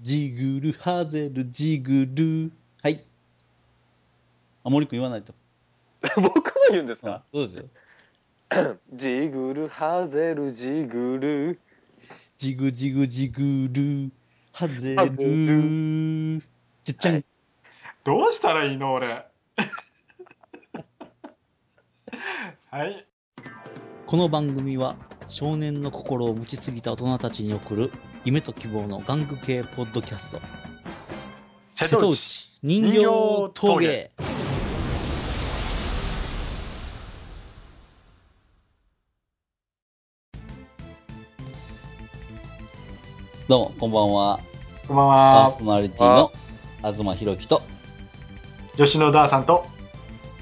ジグルハゼルジグルはいあ森君言わないと 僕が言うんですか、うんそうですよジグルハゼルジグルジグジグジグルハゼハゼルじゃじゃん、どうしたらいいの俺 はいこの番組は少年の心を持ちすぎた大人たちに送る夢と希望の玩具系ポッドキャスト瀬戸内人形陶芸どうもこんばんはこんばんパーはソナリティの東博樹と吉野ダーさんと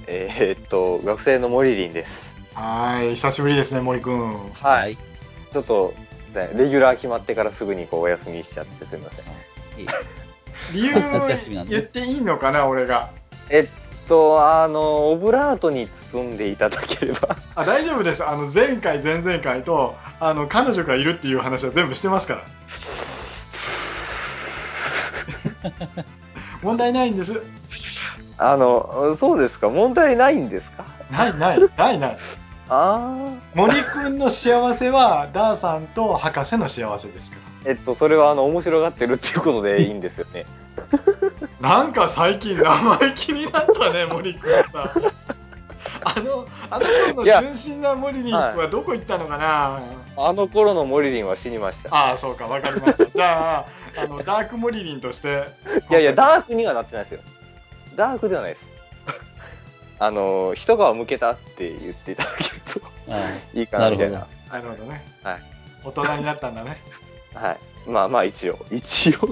えーっと学生のモリリンですはーい久しぶりですね森くんはい、いちょっとねレギュラー決まってからすぐにこうお休みしちゃってすみません理由 夏休みなをんで言っていいのかな俺がえっとあのオブラートに包んでいただければあ大丈夫ですあの前回前々回とあの彼女がいるっていう話は全部してますから 問題ないんです あのそうですか問題ないんですかないないないないああ森くんの幸せはダーさんと博士の幸せですかえっとそれはあの面白がってるっていうことでいいんですよねらなんか最近生意気になっ たね森くんさあのあの頃のいや純真な森リンクはどこ行ったのかな あの頃のモリリンは死にましたああそうかわかりま したじゃああのダークモリリンとしていやいや、ダークにはなってないですよ。ダークではないです。 あの、一皮むけたって言っていただけるといいかな、みたいな。なるほどね、はい大人になったんだね はい。まあまあ、一応。 一応。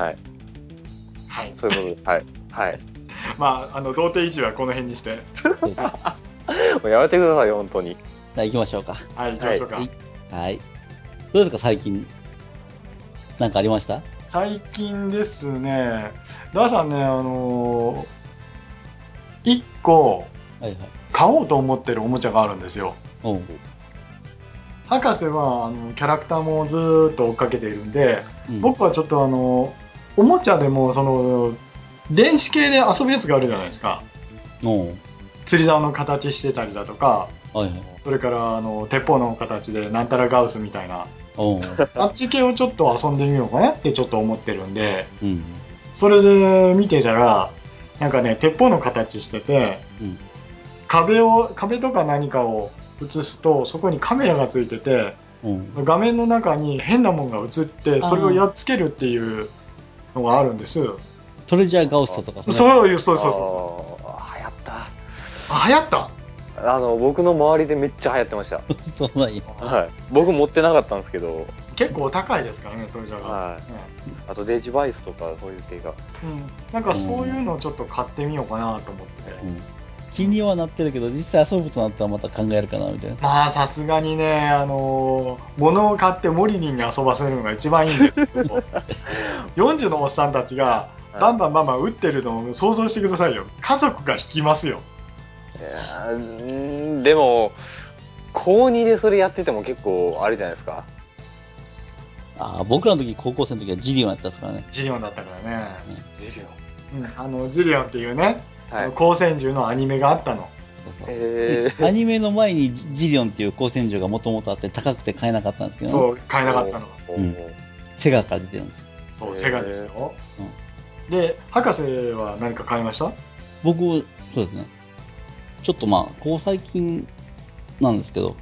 はい。はいそういうことで。はい。はい。まああの童貞維持はこの辺にしてそうですはもうやめてくださいよ、本当に。い行きましょうかはい行きましょうか、はいはいどうですか最近なんかありました最近ですねダーさんねあのー、1個はいはい買おうと思ってるおもちゃがあるんですよおう博士はあのキャラクターもずーっと追っかけているんでうん僕はちょっとあのおもちゃでもその電子系で遊ぶやつがあるじゃないですかおう釣り竿の形してたりだとかはいはいそれからあの鉄砲の形でなんたらガウスみたいなおうあっち系をちょっと遊んでみようかなってちょっと思ってるんでうんそれで見てたらなんかね鉄砲の形してて、うん壁を壁とか何かを映すとそこにカメラがついててうん画面の中に変なもんが映ってそれをやっつけるっていうのがあるんですそうトレジャーガウストとかそうそうそうそあー流行っうあ流行ったた。あの、僕の周りでめっちゃ流行ってました。 そうなんやはい。僕持ってなかったんですけど、結構お高いですからねトレジャーが、はねあとデジバイスとかそういう系が。うん、なんかそういうのをちょっと買ってみようかなと思って、うん気にはなってるけど実際遊ぶとなったらまた考えるかなみたいなまあさすがにね、あのー物を買ってモリリンに遊ばせるのが一番いいんですけど40のおっさんたちがはいバンバンバンバン打ってるのを想像してくださいよ家族が引きますよいやーうーんでも、高2でそれやってても結構あれじゃないですか。あー僕らの時高校生の時はジリオンやったんですからねジリオンだったからね、ジリうん、あのジリオンっていうね、はあいの。光線銃のアニメがあったのそうそうえアニメの前にジジリオンっていう光線銃がもともとあって高くて買えなかったんですけど、そう買えなかったのーうんセガから出てるんですそへーうセガですよ、で博士は何か買いました僕そうですねちょっとまあこう最近なんですけど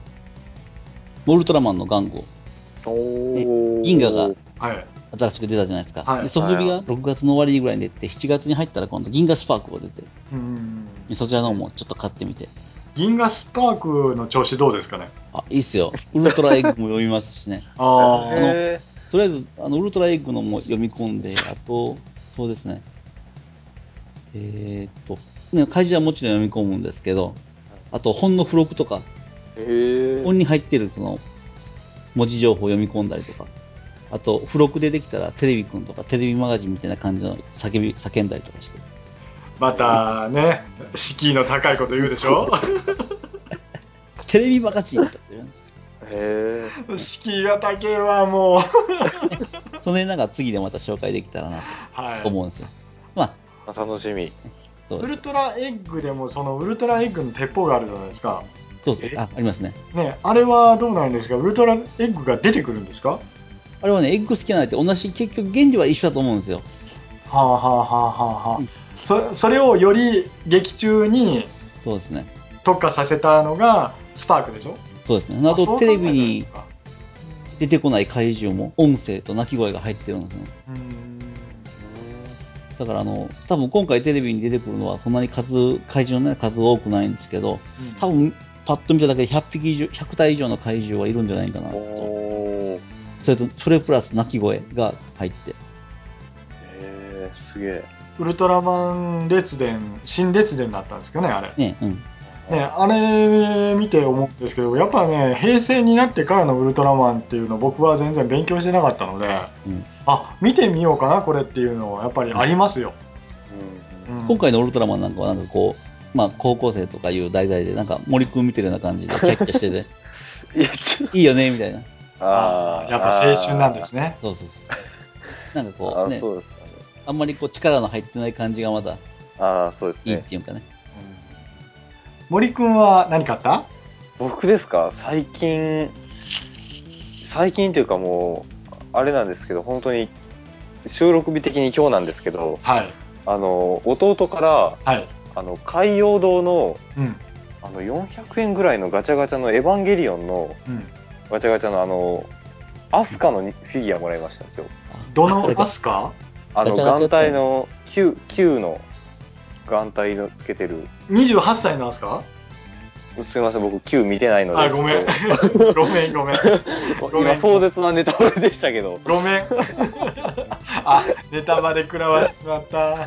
ウルトラマンの玩具をおー銀河がはい新しく出たじゃないですか、はいでソフトビが6月の終わりぐらいに出て7月に入ったら今度銀河スパークが出てうんそちらの方もちょっと買ってみて銀河スパークの調子どうですかねあいいっすよウルトラエッグも読みますしね ああへとりあえず、あの、ウルトラエッグのも読み込んで、あと、そうですね。えー、っと、ね、怪獣はもちろん読み込むんですけど、あと、本の付録とか、ーへー本に入ってるその、文字情報を読み込んだりとか、あと、付録でできたらテレビくんとかテレビマガジンみたいな感じの叫び、叫んだりとかして。またね敷居の高いこと言うで しょテレビマガジンとか言うんですへー敷居が高いはもうその辺なんか次でまた紹介できたらな はとい思うんですよ。まあ、あ楽しみ。そうウですル。トラエッグでもそのウルトラエッグの鉄砲があるじゃないですかそうそうあ、ありますね。ねあれはどうなんですかウルトラエッグが出てくるんですかあれはね、エッグスキャナーって同じ、結局原理は一緒だと思うんですよ。はあはあはあはあはあうんそそれをより劇中にそうですね。特化させたのがスパークでしょそうですね。あそと、う考テえたらレビにか出てこない怪獣も音声と鳴き声が入ってるんですね。うーんだからあの、多分今回テレビに出てくるのはそんなに数、怪獣の、ね、数多くないんですけど、うん多分パッと見ただけで100匹以上、100体以上の怪獣はいるんじゃないかなおと。おー。それと、それプラス鳴き声が入って。えー、すげえ。ウルトラマン列伝新列伝だったんですけどねあれね、うん。ね、あれ見て思うんですけどやっぱね平成になってからのウルトラマンっていうの僕は全然勉強してなかったので、うんあ見てみようかなこれっていうのはやっぱりありますよ、うんうん今回のウルトラマンなんかはなんかこう、まあ高校生とかいう題材で、なんか森くん見てるような感じでキャッキャしてて、いや、ちょっいいよね、みたいな。と。あーやっぱ青春なんですねそうそう そう。なんかあこーう、あ、ね、そうですかね。あんまりこう力の入ってない感じがまたああ、そうですいいっね。ていうかね。森くんは何買った僕ですか最近、最近というかもう、あれなんですけど、本当に、収録日的に今日なんですけど、はいあの、弟から、はいあの、海洋堂の、うんあの、400円ぐらいのガチャガチャのエヴァンゲリオンの、うんガチャガチャのあの、アスカのフィギュアもらいました、今日。どのアスカあの、ガチャガチャ眼帯の、Q、Q の眼帯のつけてる。 28歳のアスカすいません、僕 Q 見てないので。あごめん ちごめんごめんょっとごめん今壮絶なネタバレでしたけど。ごめん あネタバレ食らわしてしまった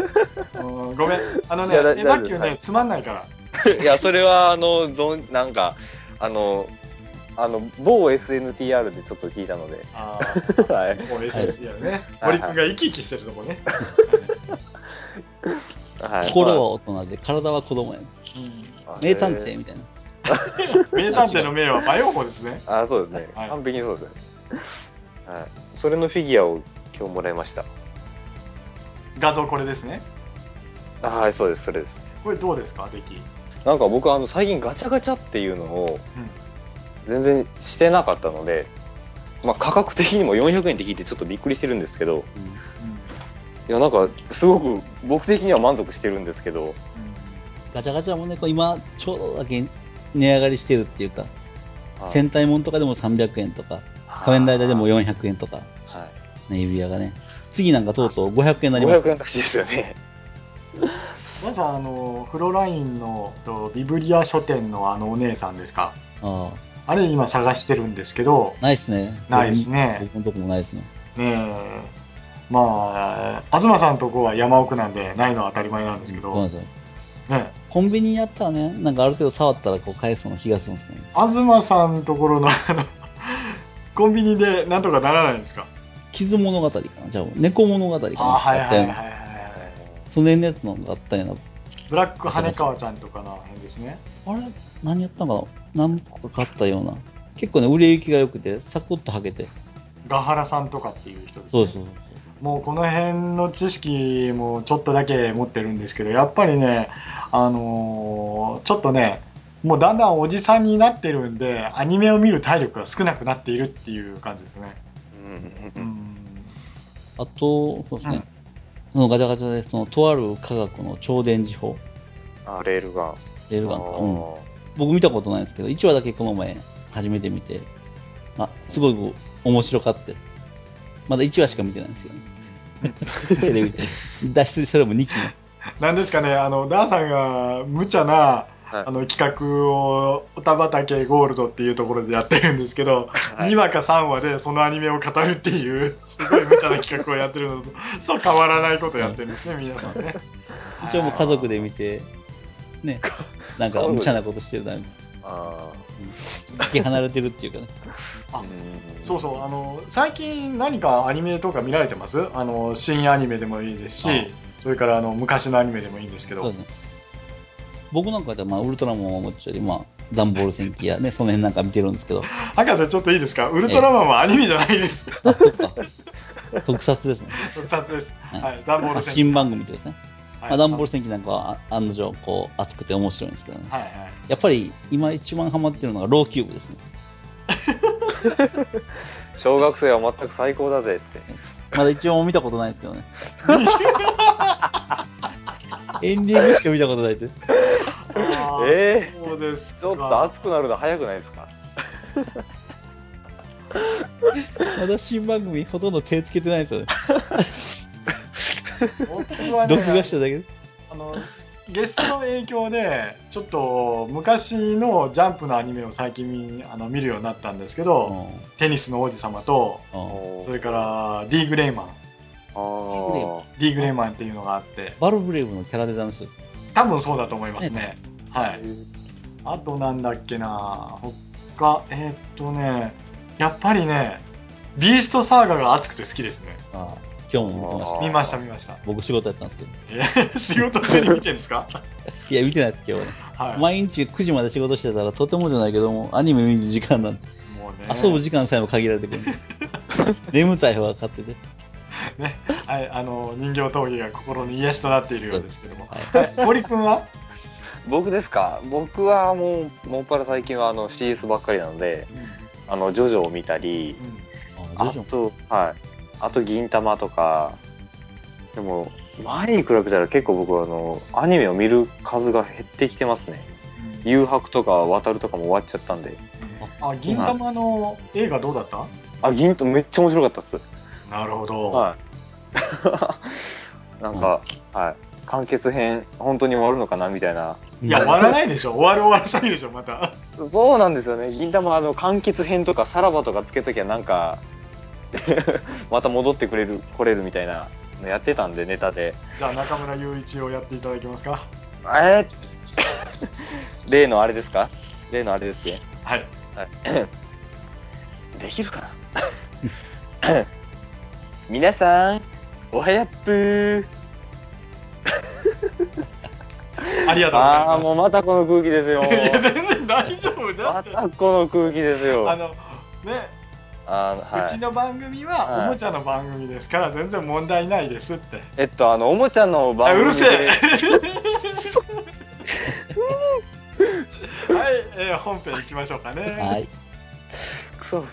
うんごめんあのねいエやだヴ大ァ級丈夫はねいつまんないから いや、それは、あの、ゾン、なんか、あの、あの、某 SNTR でちょっと聞いたので。あはい。ーもう SS やねはい森くんが生き生きしてるとこ ね、はい、心は大人で、体は子供や。まあ名探。偵みたいな。名探偵の名は迷う方ですねあーあー、そうですね。はい完璧にそうですね。はい。それのフィギュアを今日もらいました。画像これですねあーはい、そうです、それです。これどうですか出来なんか僕あの最近ガチャガチャっていうのをうん全然してなかったので、まあ、価格的にも400円って聞いてちょっとびっくりしてるんですけうどんいやなんかすごく僕的には満足してるんですけどガチャガチャもね、こう今、ちょうどだけ値上がりしてるっていうか、戦隊もんとかでも300円とか、仮面ライダーでもよ、 400円とか、は、ね、指輪がね。次なんかとうとう500円にないります。 500円らしいですよねまずあのフロラインのとビブリア書店のあのお姉さんですかああ、あれ今探してるんですけどないっすね。ないですね僕のとこもないですね。ねえまあ東さんとこは山奥なんでないのは当たり前なんですけごめんど、なさいねコンビニやったらね、なんかある程度触ったらこう返すの気がするんですけどね。東さんところの あのコンビニでなんとかならないんですか傷物語かなじゃあ、猫物語かなあはいはいはいあはったよいはいなその辺のやつのがあったような。ブラック羽川ちゃんとかの辺ですねあれ何やったのかな何個か買ったような。結構ね、売れ行きが良くて、サクッとはけて。ガハラさんとかっていう人です、そね、うそうそう。もうこの辺の知識もちょっとだけ持ってるんですけどやっぱりねあのーちょっとねもうだんだんおじさんになってるんでアニメを見る体力が少なくなっているっていう感じですねううんんあと、そうですね。そのガチャガチャで、その、とある科学の超電磁法。あレールガンレールガンあか。ーうん。僕見たことないんですけど、1話だけこの前初めて見て、あ、すごく面白かって。まだ1話しか見てないんですけどね。テレビで脱出それも2期なんですかねあのダーさんが無茶なはいあの企画を「おたばたけゴールド」っていうところでやってるんですけど、はい2話か3話でそのアニメを語るっていうすごい無茶な企画をやってるのとそう変わらないことやってるんですね皆さんね一応もう家族で見て、ね、なんか無茶なことしてるな、あ引き離れてるっていうかね。ーあうんそうそうあの最近何かアニメとか見られてますあの新アニメでもいいですしあそれからあの昔のアニメでもいいんです けそうどですね。僕なんかではまあウルトラマンはもちろん、まあ、ダンボール戦記や ね、その辺なんか見てるんですけど、博士ちょっといいですかウルトラマンはアニメじゃないですあ、そうか。特撮ですね。 特 撮です。はいはい、ダンボーまあル新戦。番組ってことですね。はいまあ、ダンボール戦記なんかはあ案の定、こう、熱くて面白いんですけどね。はいはい。やっぱり、今一番ハマってるのが、ローキューブですね。小学生は全く最高だぜって。まだ一応見たことないですけどね。 エンディングしか見たことないって。あーえそうですか。ちょっと熱くなるの早くないですかまだ新番組、ほとんど手つけてないですよね。僕はね録画しただ けで。あのゲストの影響でちょっと昔のジャンプのアニメを最近見あの見るようになったんですけど、うんテニスの王子様とうんそれからディー・グレイマンあーディー・グレイマンっていうのがあってバルブレイブのキャラデザの人です多分そうだと思いますね、はいあとなんだっけな他えーっとねやっぱりねビーストサーガが熱くて好きですねああ今日も見てましあたー。見ました見ました僕仕事やったんですけど。えー 仕事中に見てる んですかいや、見てないです、今日はね。はい毎日9時まで仕事してたら、とてもじゃないけども、アニメ見る時間なんて、もうね遊ぶ時間さえも限られてくる。眠たい方が勝手で。ね、はい、あの人形陶芸が心の癒しとなっているようですけども、はいはい、森君は、僕ですか僕はもう、もっぱら最近はあの CS ばっかりなので、あの、ジョジョを見たり、あ徐あ々にと、はい。あと、銀玉とか、でも、前に比べたら結構僕はあの、アニメを見る数が減ってきてますね。誘白とか渡るとかも終わっちゃったんで。あ銀玉の映画どうだった？あ、銀とめっちゃ面白かったっす。なるほど。はい。 なんか、はい。完結編、本当に終わるのかなみたいな。い、や終わらないでしょ。終わる終わらせないでしょ。また。そうなんですよね。銀玉、あの、完結編とか、さらばとかつけときゃ、なんか、 また戻ってくれる、来れるみたいなのやってたんで、ネタで。じゃあ中村雄一をやっていただけますか？えー例のあれですか例のあれですね。はい。できるかな 皆さん、おはやっぷー。ありがとうございあまあ、す。もうまたこの空気ですよ。いや全然大丈夫だまって。たこの空気ですよ。ああの、のね、はうちい。の番組ははいおもちゃの番組ですから全然問題ないですって。えっと、あの、おもちゃの番あう組るせえで。はい、えー本編行きましょうかね。はい。くそ。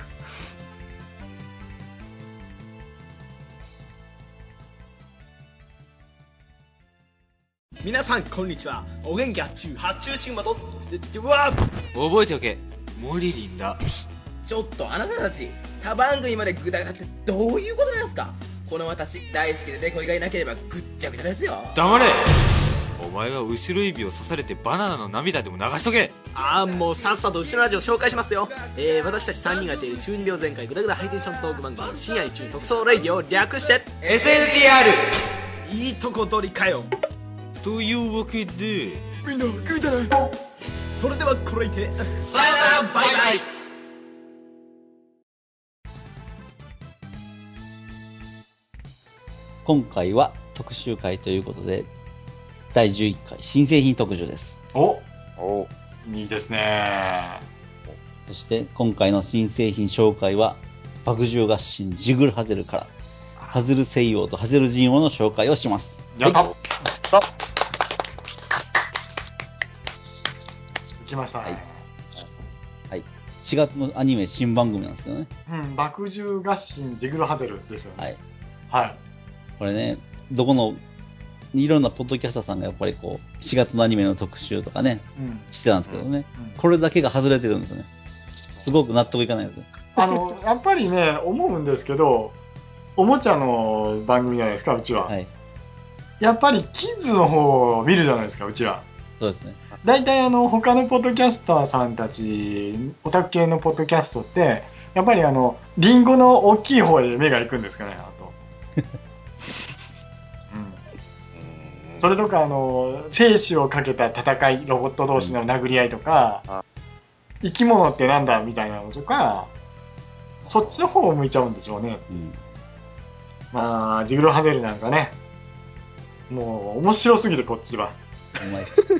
皆さんこんにちはお元気発注発注シグマとででうわ覚えておけモリリンだちょっとあなたたち他番組までグダグダってどういうことなんですかこの私大好きで猫以外いなければぐっちゃぐちゃですよ黙れお前は後ろ指を刺されてバナナの涙でも流しとけああもうさっさとうちのラジオ紹介しますよ、えー、私たち3人がやっている中二病全開グダグダハイテンショントーク番組深夜中特捜レイディオ略して SNTR いいとこ取りかよというわけでみんな食いたないそれではこれいさてよならバイバイ今回は特集会ということで、第11回新製品特集です。お、おいいですね。そして今回の新製品紹介は、爆獣合心ジグルハゼルから、ハゼル西洋とハゼル神王の紹介をします。やった。はいた来ましたね。はいはい。4月のアニメ新番組なんですけどね。うん、爆獣合心ジグルハゼルですよね。はい。はい。これね、どこの、いろんなポッドキャスターさんがやっぱりこう、4月のアニメの特集とかね、うん。してたんですけどね。うんこれだけが外れてるんですよね。すごく納得いかないですね。あの、やっぱりね、思うんですけど、おもちゃの番組じゃないですか、うちは。はい。やっぱりキッズの方を見るじゃないですか、うちは。そうですね。大体あの、他のポッドキャスターさんたち、オタク系のポッドキャストって、やっぱりあの、リンゴの大きい方へ目が行くんですかね、あと。うんうんそれとか、あの、生死をかけた戦い、ロボット同士の殴り合いとかあ、生き物ってなんだみたいなのとか、そっちの方を向いちゃうんでしょうね。うん。まあ、ジグロハゼルなんかね、もう面白すぎる、こっちは。うまいっす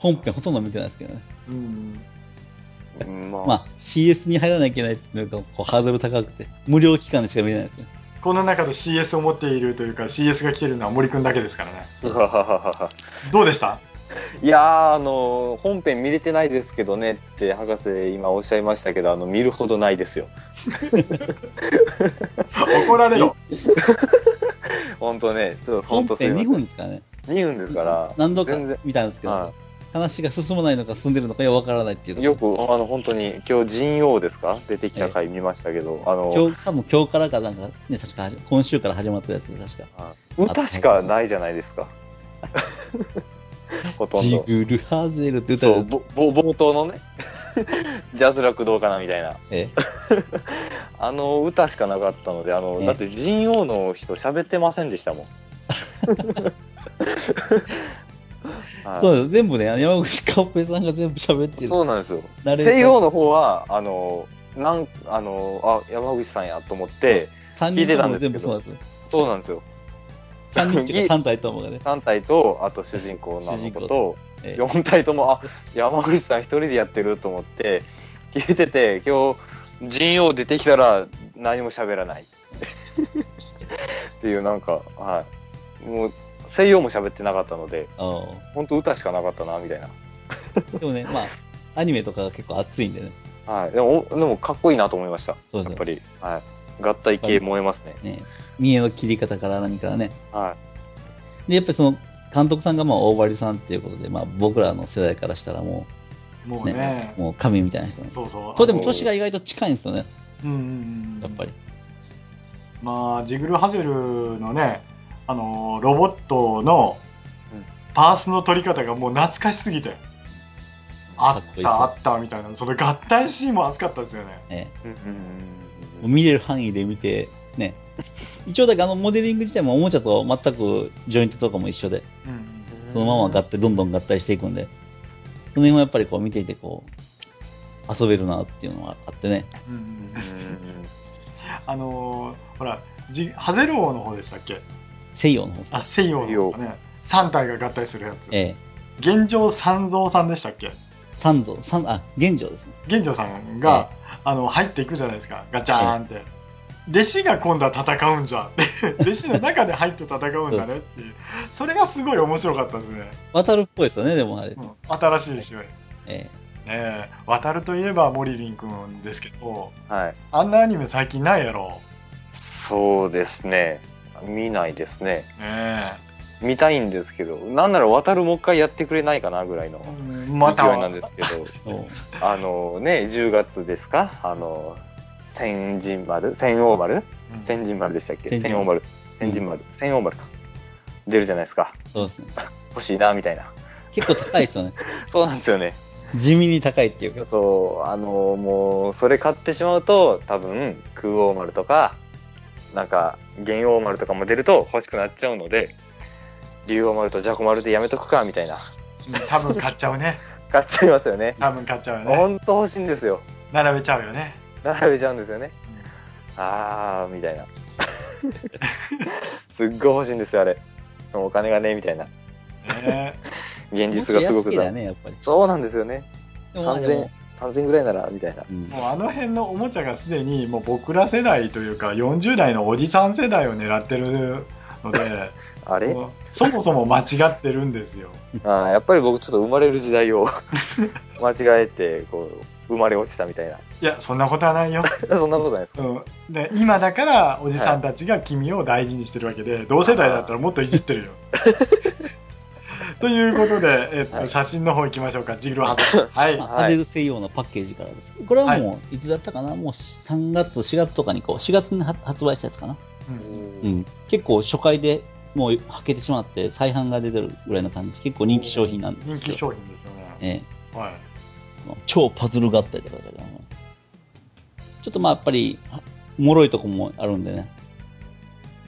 本編ほとんど見てないですけどね。うん。うんまあ、まあ、CS に入らなきゃいけないっていうのがこうハードル高くて、無料期間でしか見れないですね。この中で CS を持っているというか CS が来てるのは森くんだけですからね どうでしたいやーあの本編見れてないですけどねって博士今おっしゃいましたけどあの見るほどないですよ怒られろ本当ねちょっと本本当編2分でですからね。 2分ですから何度か全然見たんですけはど、話が進まないのか進んでるのかよくわからないっていういとよくあの本当に今日神王ですか出てきた回見ましたけど、あの今日、多分今日からかなんかね、確か今週から始まったやつで、確か。歌しかないじゃな いですかほとんジどグルハゼルって歌そうで、ぼぼ冒頭のねジャズ楽どうかなみたいなえあの歌しかなかったのであの、ねだって神王の人喋ってませんでしたも んえはいそうです全部ね、あの山口かおぺさんが全部喋ってる。そうなんですよ慣れる西欧の方はあのなんあのあ山口さんやと思って3聞いて人たとんでもすけ全ど部そうなんですよ。そうなんですよ3人っていうか3体ともがね。 3体とあと主人公のあの子と ええ4体ともあ山口さん一人でやってると思って聞いてて今日神王出てきたら何も喋らないっていうなんかはいもう西洋も喋ってなかったのであ本当歌しかなかったなみたいなあでもね、まあ、アニメとかが結構熱いんでね。はい、でもおでもかっこいいなと思いました、そうやでっすぱね。り、はい、合体系燃えますね、ね見えの切り方から何からね。はで、やっぱりその、監督さんがまあ大張さんっていうことで、まあ僕らの世代からしたらももううね、ねもう神みたいな人なんです。そうそこうれでも年が意外と近いんですよね、うんうんうんやっぱり。まあジグルハゼルのねあのロボットのうんパースの取り方がもう懐かしすぎてあっこっいいたあったみたいなその合体シーンも熱かったですよねね、い、もう見れる範囲で見て、ね。一応だけあのモデリング自体もおもちゃと全くジョイントとかも一緒で、うんうんそのまま合体、どんどん合体していくんで、その辺はやっぱりこう見ていてこう、遊べるなっていうのはあってね。うんうんうんうんあのーほらジハゼル王の方でしたっけ西洋の方ですねあ西洋の方ね3体が合体するやつええ。現状三蔵さんでしたっけ三蔵、三、あ、現状ですね。玄城さんが、あの入っていくじゃないですかガチャーンって、弟子が今度は戦うんじゃん って弟子の中で入って戦うんだねっていうそれがすごい面白かったですね、渡るっぽいですよね、でもあれ。うん、新しいですよねええ。え渡るといえばモリリン君ですけどはい、あんなアニメ最近ないやろそうですね、見ないですね、ね見たいんですけど、なんなら渡るもう一回やってくれないかなぐらいのえ勢うんいまたなんですけ ど、そうあのね、10月ですか、あの千人丸、千王丸、うん千人丸でしたっけ、千人千王丸、千人丸、千王丸か、出るじゃないですか、そうですね。欲しいなみたいな、結構高いですよね。 そうなんですよね。地味に高いっていう か。そう、あのもう、それ買ってしまうと、多分、空王丸とか、なんか、玄王丸とかも出ると欲しくなっちゃうので、竜王丸とジャコ丸でやめとくか、みたいな。うん多分買っちゃうね買っちゃいますよね。多分買っちゃうよほねんと欲しいんですよ。並べちゃうよ ね並べちゃうんですよね。あー、みたいな。 すっごい欲しいんですよ、あれ。でもお金がね、みたいな。ね現実がすもごっと安けくりゃさ。ね、やっぱり。そうなんですよね。でもまあで3000も、、 3000ぐらいなら、みたいな。うんもうあの辺のおもちゃがすでにもう僕ら世代というか40代のおじさん世代を狙ってるのであれもうそもそも間違ってるんですよ。あーやっぱり僕ちょっと生まれる時代を 間違えてこう生まれ落ちたみたいな いやそんなことはないよ、そんなことないですかうん、で今だからおじさんたちが君を大事にしてるわけで同世代だったらもっといじってるよ。ということで、えっとはい写真の方行きましょうかジグロハト。 はいまはあハゼル西洋のパッケージからです。これはもう、いつだったかなもう3月、4月とかにこう、4月には発売したやつかなうんうん。結構初回でもう履けてしまって、再販が出てるぐらいの感じ。結構人気商品なんですよ。人気商品ですよね。ええ。はい、超パズル合体って書いてあるなちょっとまあやっぱり、脆いとこもあるんでね。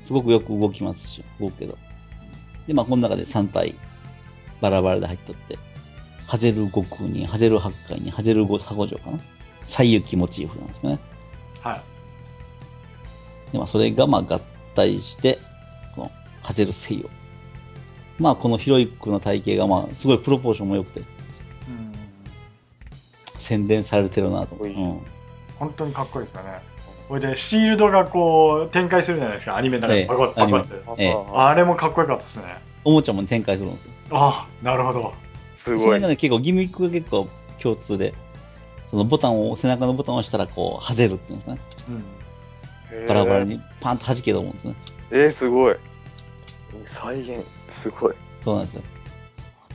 すごくよく動きますし、動くけど。で、まあこの中で3体、バラバラで入っとって、ハゼル悟空に、ハゼル八海に、ハゼル五五条かな西遊記モチーフなんですかね。はいで、まあそれがまあ合体して、このハゼル西洋。まあこのヒロイックの体型がまあすごいプロポーションも良くて、うん洗練されてるなと思う。おいうん本当にかっこいいですよね。これでシールドがこう展開するじゃないですか、アニメだかええらパコッパコッて。あええああれもかっこよかったですね。おもちゃも展開するんですよ。ああ、なるほど。すそごれいが。ね、結構ギミックが結構共通で、そのボタンを、背中のボタンを押したらこう、はぜるっていうんですね。うん。バラバラへにパンと弾ける思うんですね。え。えー、すごい。再現、すごい。そうなんですよ。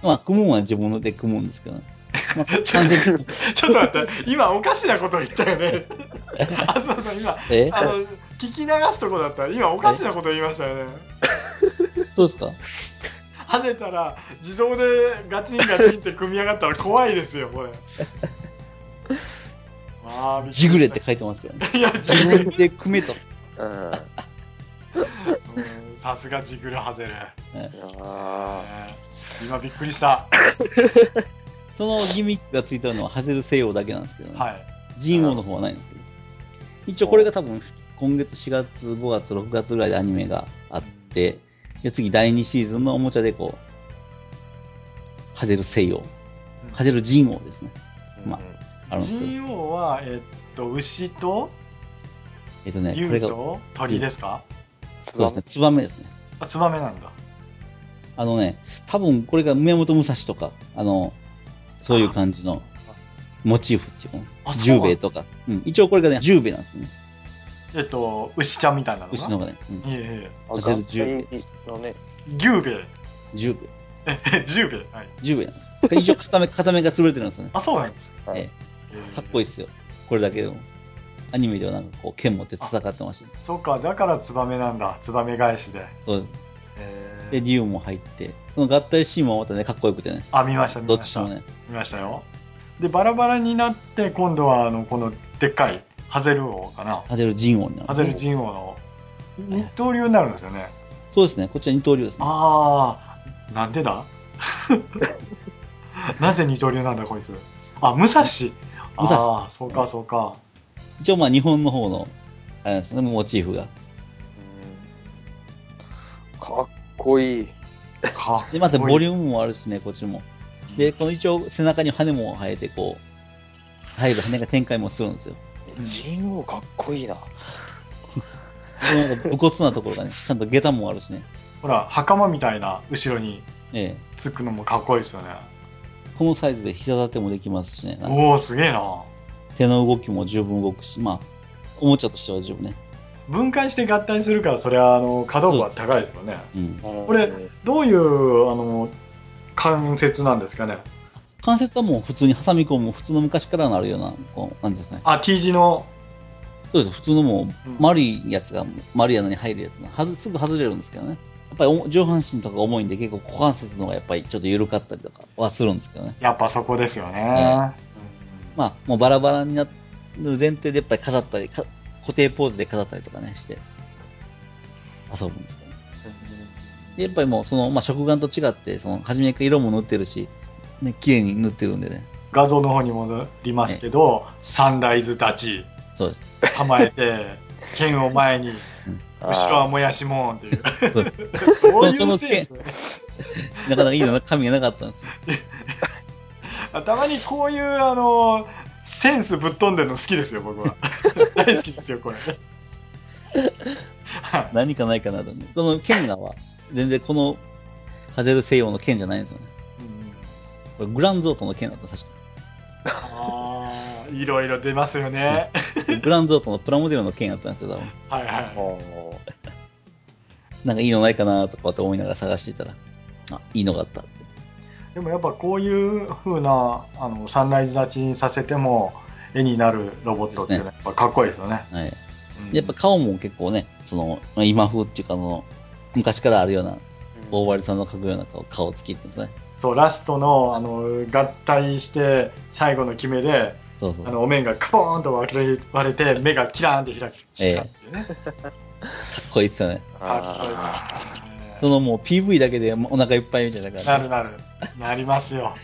まあ、組むのは自分で組むんですけど、ね、まあ、完 ちょっ全に、と待って、今おかしなこと言った よね。あすまさん、今、え あの、聞き流すとこだった。今おかしなこと言いましたよね。そうですかはねたら、自動でガチンガチンって組み上がったら怖いですよ、 これ。まあ、びくりしジたグレって。書いてますからね。いや、ジ自グレ分で組めと。うん。あうんさすがジグルハゼル。あ。ね今びっくりした。そのギミックがついてるのは、ハゼル西洋だけなんですけどね。はい。ジンオの方はないんですけど。一応これが多分、今月4月、5月、6月ぐらいでアニメがあって、で次第2シーズンのおもちゃでこう、ハゼル西洋、ハゼルジンオですね。まあるんですけど。 GO は、えっと、牛とえっとね、これ牛が、と鳥ですかそうですね、ツバメですね。あ、ツバメなんだ。あのね、多分これが宮本武蔵とか、あの、そういう感じのモチーフっていうかねあ、そう十なの兵衛とか。うん、一応これがね、十兵衛なんですね。えっと、牛ちゃんみたいなのか牛なのがね、うん、いえいえ。あ全全部部10 10のね。牛兵衛。 十兵衛。牛兵衛。はい。十兵衛なんです。これ一応片目、片目が潰れてるんですよね。あ、そうなんです。はいええかっこいいい。っすよ。これだけでも。アニメではなんかこう、剣持って戦ってました、ね。そうか、だからツバメなんだ。ツバメ返しで。そうえで、ー竜も入って、その合体シーンもまたね、かっこよくてね。あ、見ました、ど見っましちた。も見ね。ましたよ。で、バラバラになって、今度は、あの、この、でっかい、ハゼル王かな。ハゼルジン王になる。ハゼル人王の、二刀流になるんですよね。そうですね。こっちは二刀流ですね。ああ、なんでだ なぜ二刀流なんだこいつ。あ、武蔵。武蔵ああ、そうかそうか。一応まあ日本の方の、あれなんですね、モチーフが。うんかっこいい。かで、またボリューュームもあるしね、こっちも。で、この一応背中に羽も生えて、こう、生える羽が展開もするんですよ。うん人王かっこいいな。でなんか武骨なところがね、ちゃんと下駄もあるしね。ほら、袴みたいな後ろにええ。つくのもかっこいいですよね。このサイズで膝立てもできますしね。なんかおお、すげえな。手の動きも十分動くし、まあ、おもちゃとしては十分ね。分解して合体するから、それは、あの、可動部は高いですよね。うん。ここれどういう、あの、関節なんですかね。関節はもう普通に挟み込む、普通の昔からのあるような、こう、なんですかね。あ、T 字の、そうです。普通のもうんう、丸いやつが、丸い穴に入るやつが、はず、すぐ外れるんですけどね。やっぱりお上半身とか重いんで、結構股関節の方がやっぱりちょっと緩かったりとかはするんですけどね。やっぱそこですよね。まあ、もうバラバラになる前提でやっぱり飾ったり、か固定ポーズで飾ったりとかね、して、遊ぶんですけどね。でやっぱりもう、その、まあ、食玩と違って、その、初めから色も塗ってるし、ね、綺麗に塗ってるんでね。画像の方に戻りますけど、サンライズ立ち。そうです。構えて、剣を前に、後ろはもやしもんっていう。どういうセンスなかなかいいのな、髪がなかったんですよ。たまにこういう、あの、センスぶっ飛んでるの好きです よ、僕は。大好きですよ、これ。はい何かないかなと思って。この剣がは、全然この、ハゼル西洋の剣じゃないんですよね。うこんれグランゾートの剣だった、確あーいろいろ出ますよね。か。グランゾートのプラモデルの剣だったんですよ、多分。はいはおなんかいいのないかなとかって思いながら探していたら、あ、いいのがあったって。い。でもやっぱこういう風な、あの、サンライズ立ちにさせても、絵になるロボットっていうのはやっぱかっこいいですよね。はい。うんでやっぱ顔も結構ね、その、まあ今風っていうか、あの、昔からあるような、大割さんの描くような顔、顔つきっていうんですかね。そう、ラストの、あの、合体して、最後の決めで、そうそう。あかっのお面がカポーンと割れる割れて目がキラーンって開くええ開くっていうねこいいっすよね。あーそのもう PV だけでもうお腹いっぱいみたいなな感るじ。なるなりますよ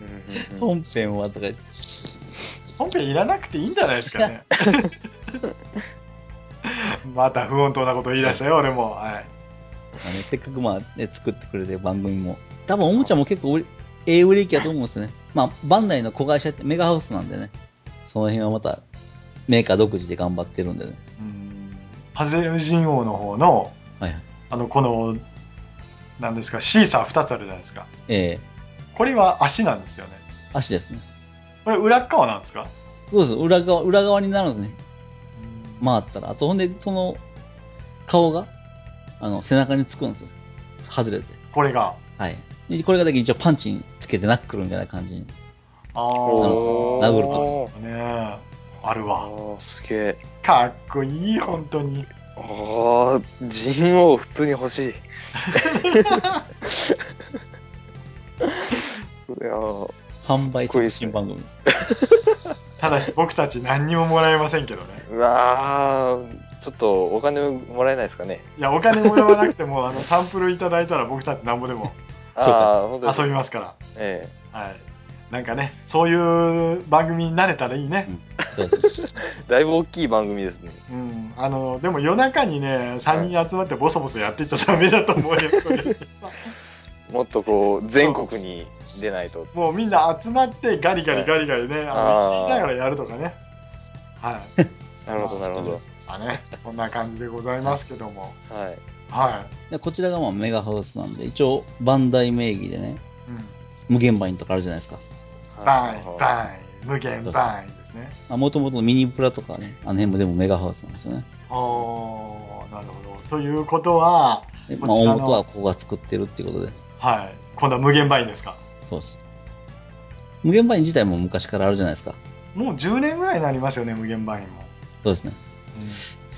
うんうんうん本編はとか言って、本編いらなくていいんじゃないですか ねまた不穏当なこと言い出したよ俺もはまあいね、せっかくまあ、ね、作ってくれてる番組も。多分おもちゃも結構売れええ売れ行きやと思うんですよね。まあ、バンダイの子会社ってメガハウスなんでね、その辺はまたメーカー独自で頑張ってるんでね。うんパズル人王の方の、はいはい。あの、この、なんですか、シーサー2つあるじゃないですか。えこれは足なんですよね。え足ですね。これ裏っ側なんですかそうです。裏側、裏側になるんですね。回ったら。あと、ほんで、その、顔が、あの、背中につくんですよ。外れて。これが。はい。でこれがだけ一応パンチにつけてナックルみたいな感じに。あおあ。ー殴るとねえあるあわ。ーすげえかっこいい、本当に。ああ人王普通に欲しいいやー販売かっこい促いですね進番組です。ただし僕たち何にももらえませんけどね。うわーちょっとお金もらえないですかねいや、お金もらわなくても、あの、サンプルいただいたら僕たちなんぼでもそうかああ本当です遊びますかえら。はい。なんかね、そういう番組になれたらいいね。そうですねえだいぶ大きい番組ですねうん。あの、でも夜中にね、3人集まってボソボソやっていっちゃダメだと思うよ。これもっとこう全国に出ないともうみんな集まってガリガリガリガリね、ああーの、いじりながらやるとかね。はい。なるほどなるほまあね、そんな感じでございますけども。どはいはでこちらがまあメガハウスなんで、一応、バンダイ名義でね、い。うん。無限バインとかあるじゃないですか。バイ、バイ、無限バイですね。まあ、もともとのミニプラとかね、あの辺もでもメガハウスなんですよね。おー、なるほど。ということは、でこまあ、ちらの音楽はここが作ってるっていうことで、はい。今度は無限バインですか。そうです。無限バイン自体も昔からあるじゃないですか。もう10年ぐらいになりますよね、無限バインも。そうですね。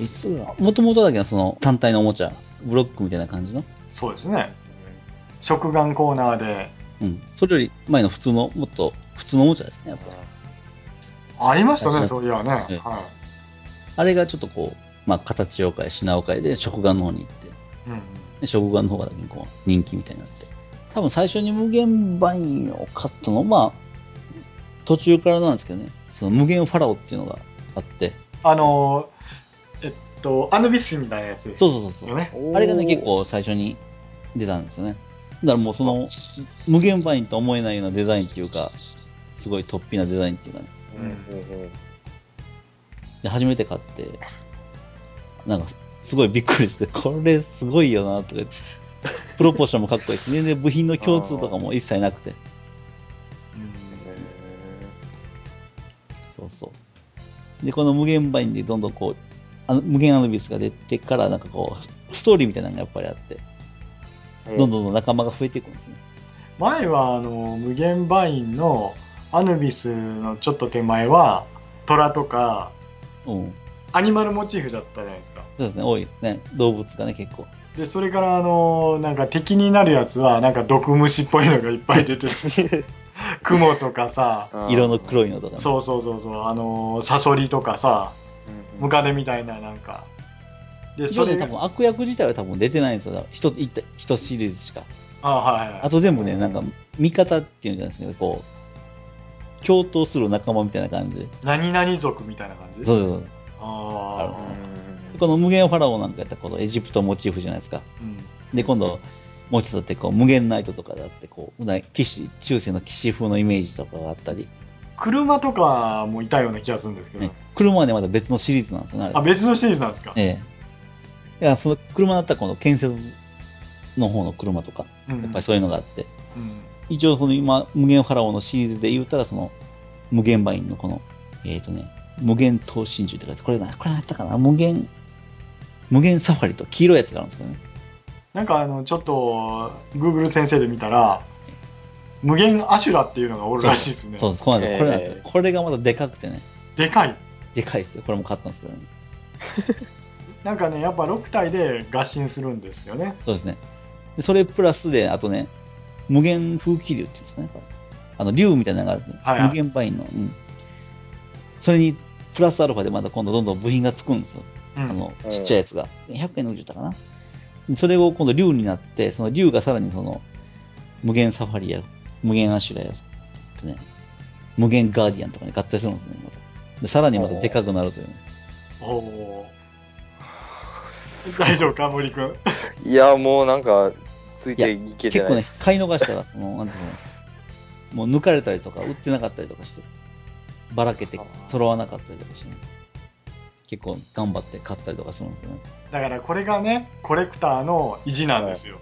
いつもともとだけど、その単体のおもちゃ、ブロックみたいな感じの。そうですね。食玩コーナーで、うん。それより前の普通の、もっと普通のおもちゃですね、やっぱり。ありましたね、確かにそういやね。はいええ。あれがちょっとこう、まあ、形を変え、品を変えで、食玩の方に行って、うんうん。で食玩の方がだけこう人気みたいになって。多分最初に無限バインを買ったの、まあ、途中からなんですけどね、その無限ファラオっていうのがあって、あのー、えっと、アヌビスみたいなやつですそようそうそうそう。ね。あれがね、結構最初に出たんですよね。だからもうその、無限バインとは思えないようなデザインっていうか、すごい突飛なデザインっていうかね。うんうんうんで、初めて買って、なんか、すごいびっくりして、これすごいよな、とか言って。プロポーションもかっこいいし、全然部品の共通とかも一切なくて。うんそうそう。で、この無限バインでどんどんこう、あの無限アヌビスが出てから、なんかこう、ストーリーみたいなのがやっぱりあって、うどんんどんどん仲間が増えていくんですね。前は、あの、無限バインのアヌビスのちょっと手前は、虎とか、うん。アニマルモチーフだったじゃないですか。そうですね、多い。ね、動物がね、結構。で、それから、あのーなんか敵になるやつは、なんか毒虫っぽいのがいっぱい出てる。雲とかさ、あー色の黒いのとかね。そうそうそうそう、あのーサソリとかさ、うんムカデみたいななんか。で、一そ応れね、多分悪役自体は多分出てないんですよ。一つ、一一シリーズしか。あはいはい。あと全部ね、うんなんか、味方っていうんじゃないですけど、こう、共闘する仲間みたいな感じ。何々族みたいな感じそうそうああ、そう。この無限ファラオなんかやったら、このエジプトモチーフじゃないですか。うん。で、今度、もう一つだって、こう、無限ナイトとかだって、こう、な騎士、中世の騎士風のイメージとかがあったり、車とかもいたような気がするんですけど。ね、車はね、また別のシリーズなんですよね、あれあ、別のシリーズなんですか、ええ。いや、その車だったら、この建設の方の車とか、うん、やっぱりそういうのがあって、うん。一応その今、無限ファラオのシリーズで言ったら、その、無限バインのこの、えっ、とね、無限闘神獣って書いて、これな、これ何やったかな無限、無限サファリと黄色いやつがあるんですけどね。なんかあの、ちょっと、Google 先生で見たら、無限アシュラっていうのがおるらしいですね。そうです、これなんですよ。これなんですえよ。これがまたでかくてね、でかい。でかいですよ。これも買ったんですけどね。なんかね、やっぱ6体で合心するんですよね。そうですね。でそれプラスで、あとね、無限風気流っていうんですかね、これあの、竜みたいなのがあるんですね。はいはい無限バインの。うん。それに、プラスアルファでまた今度どんどん部品がつくんですよ。うあん。の、ちっちゃいやつが。100円の宇宙だったかな。それを今度竜になって、その竜がさらにその、無限サファリや、無限アシュラや、あとね、無限ガーディアンとかに合体するんですね、また。で、さらにまたでかくなるというね。おおー。大丈夫か、森くん。いやもうなんかついていけ結てない構でねす、買い逃したら、その、なんていうの、もう抜かれたりとか、売ってなかったりとかして、ばらけて、揃わなかったりとかしてね。結構頑張って買ったりとかするんですよね。だからこれがね、コレクターの意地なんですよ。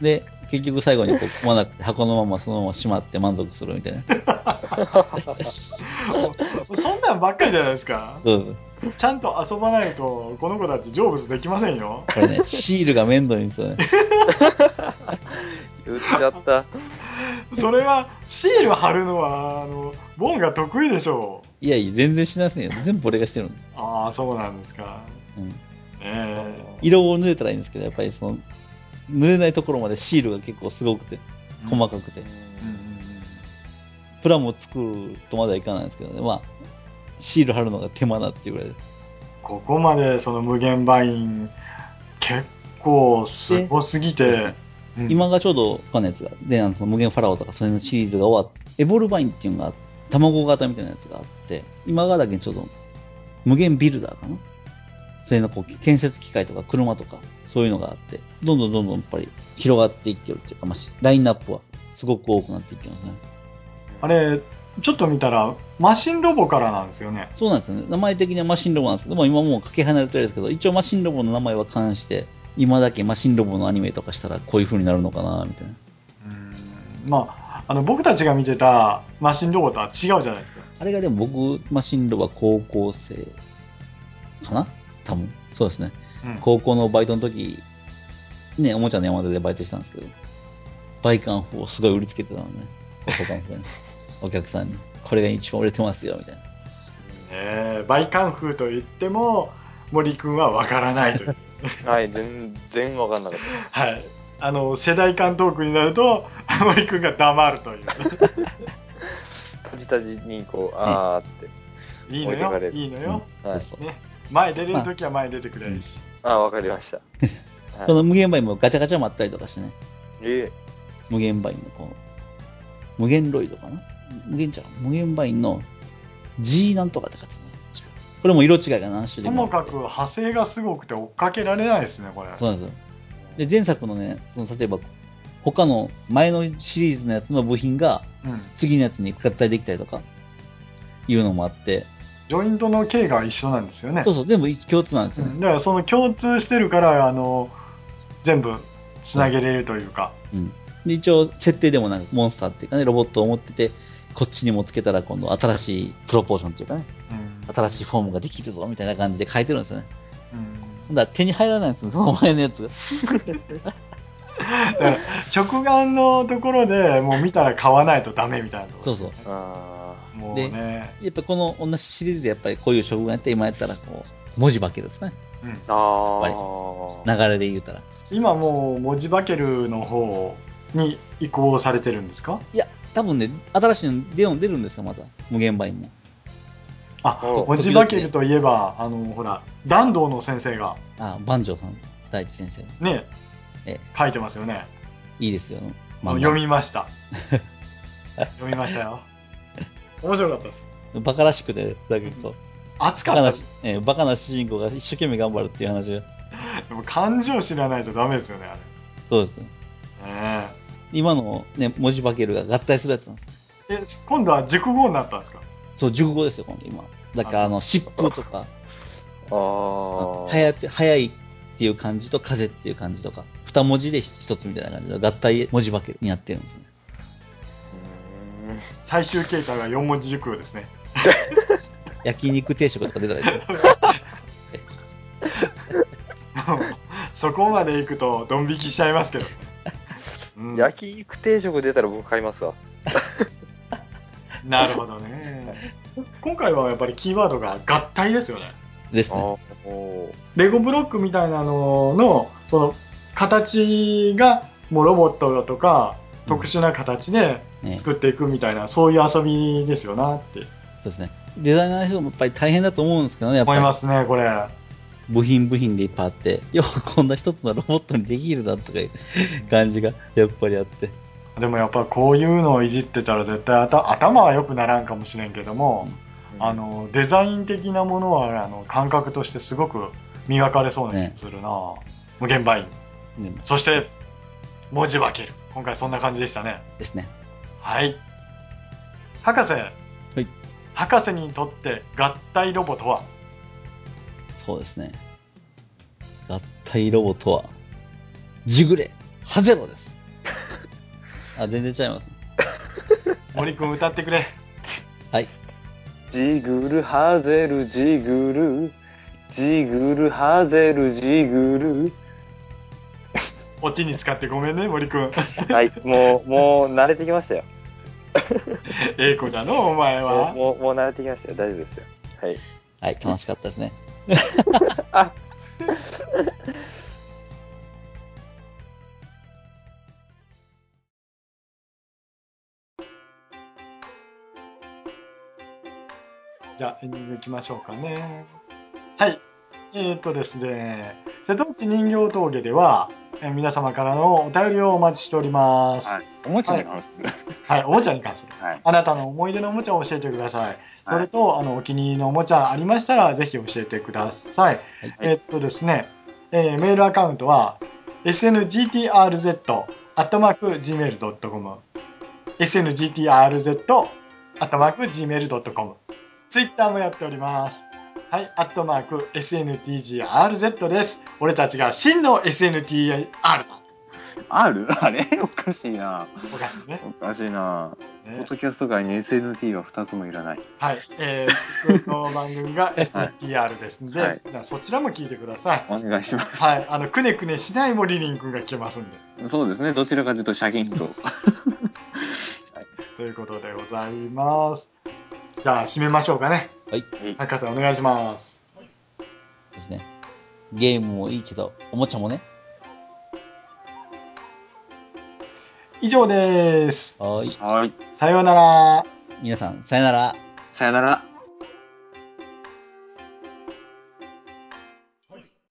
で、結局最後にこう組まなくて、箱のままそのまましまって満足するみたいな。そんなんばっかりじゃないですか。そうちゃんと遊ばないと、この子たち成仏できませんよ。これ ね、シールが面倒いんですよね。言っちゃった。それは、シール貼るのは、あの、ボンが得意でしょう。いやいや、全然しないですね。全部俺がしてるんです。ああ、そうなんですか。うんねえ色を塗れたらいいんですけど、やっぱりその、塗れないところまでシールが結構すごくて、細かくて。うんうんプラモ作るとまではいかないんですけどね。まあ、シール貼るのが手間だっていうぐらいで。ここまでその無限バイン、結構すごすぎて、うん、今がちょうど他のやつが、で、あの、その無限ファラオとかそういうのシリーズが終わって、エボルバインっていうのが、卵型みたいなやつがあって、今がだけちょっと、無限ビルダーかなそれのこう、建設機械とか車とか、そういうのがあって、どんどんどんどんやっぱり広がっていってるっていうか、まあ、しラインナップはすごく多くなっていってますね。あれ、ちょっと見たら、マシンロボからなんですよね。そうなんですよね。名前的にはマシンロボなんですけど、まあ今もうかけ離れてるんですけど、一応マシンロボの名前は冠して、今だけマシンロボのアニメとかしたらこういう風になるのかな、みたいな。まあ、あの僕たちが見てたマシンロボとは違うじゃないですか。あれがでも僕、マシンロボは高校生かな多分。そうですね。うん高校のバイトの時、ね、おもちゃの山田でバイトしてたんですけど、バイカンフをすごい売りつけてたのね。お客さんにお客さんに。これが一番売れてますよ、みたいな。えー、バイカンフーと言っても森くんはわからないという、はい、全然わかんなかっ はい、あの世代間トークになると森くんが黙ると いうた。タジタジにこう、あーって。いいの置いてかれよるいいのよ、はいそうね、前出れる時は前出てくれるし、あー、わかりました。はいこの無限バインもガチャガチャもあったりとかしてね。え無限バインのこう、無限ロイドかな無限ちゃう無限バインの G なんとかって書いてたねこれも色違いが何種と類もあっもて。かく派生がすごくて追っかけられないですねこれそうなんですよ。で、前作のね、その例えば、他の前のシリーズのやつの部品がうん、次のやつに合体できたりとか、いうのもあって、ジョイントの径が一緒なんですよねそうそう、全部一共通なんですようね。んだからその共通してるからあの全部つなげれるというか、うん。で、一応、設定でもなんかモンスターっていうかね、ロボットを持ってて、こっちにもつけたら今度新しいプロポーションっていうかね、うん新しいフォームができるぞ、みたいな感じで書いてるんですよね。うんだから手に入らないんですよ、その前のやつ。直眼のところでもう見たら買わないとダメみたいなところそうそう。ー、あもうね、やっぱこの同じシリーズでやっぱりこういう職業やって今やったらこう、文字化けですかね。うんー。あー。流れで言うたら。今もう文字化けるの方に移行されてるんですかいや、多分ね、新しいの出る出るんですよ、また。無限バインも。あお文字化けるといえばあのほら弾道の先生があ、番長さん、大地先生。ねえ書いてますよねいいですよ。漫画読みました 読みましたよ面白かったですバカらしくて、だけど、熱かバカったなです、えーバカな主人公が一生懸命頑張るっていう話が。でも漢字を知らないとダメですよねあれそうですね。ね今のね、文字化けるが合体するやつなんですよ。ええ今度は熟語になったんですかそう、熟語ですよ、今度今。だから、あの、疾風とか、あー。はやって、早いっていう感じと風っていう感じとか、二文字で一つみたいな感じで合体文字化けになってるんですね。うーん最終形態が四文字熟語ですね 焼肉定食とか出たらですねもうそこまで行くとドン引きしちゃいますけど、うんな焼き肉定食出たら僕買いますわ。るほどね今回はやっぱりキーワードが合体ですよねですあね。ーおーレゴブロックみたいなののその形がもうロボットとか特殊な形でね作っていくみたいな、そういう遊びですよなってそうですね。デザイナーの人もやっぱり大変だと思うんですけどね、やっ思いまぱすねこれり部品部品でいっぱいあって、よくこんな一つのロボットにできるなとかいう感じがやっぱりあって。でもやっぱこういうのをいじってたら絶対あた頭は良くならんかもしれんけども、あのデザイン的なものはあの感覚としてすごく磨かれそうな気がするな、無限バインねそして文字化ける今回そんな感じでしたねですね。はい博士い博士にとって合体ロボとはそうですね。合体ロボとは、ジグレ、ハゼロ です。あ、全然違いますね。森くん歌ってくれはい。ジグルハゼルジグルジグルハゼルジグオチに使ってごめんね森くんルはいもうもう慣れてきましたよええ子だのお前もはうもうもう慣れてきましたよ大丈夫ですよはいはい、楽しかったですね。じゃあエンディングいきましょうかねはいえー、っとですね瀬戸内人形峠ではえー皆様からのお便りをお待ちしておりますはいおもちゃの話はい、おもちゃに関する、はいあなたの思い出のおもちゃを教えてください。それと、あのお気に入りのおもちゃありましたら、ぜひ教えてください。はいえっとですね、えーメールアカウントは sngtrz アットマーク gmail.com sngtrz アットマーク gmail.com ツイッターもやっております。はい、アットマーク SNTGRZ です。俺たちが真の SNTR だ。あるあれおかしいなおかしいね。おかしいなポねッドキャスト界に SNT は2つもいらないはい、えー、僕の番組が STR ですので、はい皆さんそちらも聞いてください。お願いしますはい、あの、くねくねしないもリリン君が聞けますんで、そうですねどちらかというとシャキンとということでございます。じゃあ、締めましょうかね。はい。博士、お願いします。ですね。ゲームもいいけど、おもちゃもね。以上です。はーい。はいさようなら。皆さん、さよなら。さよなら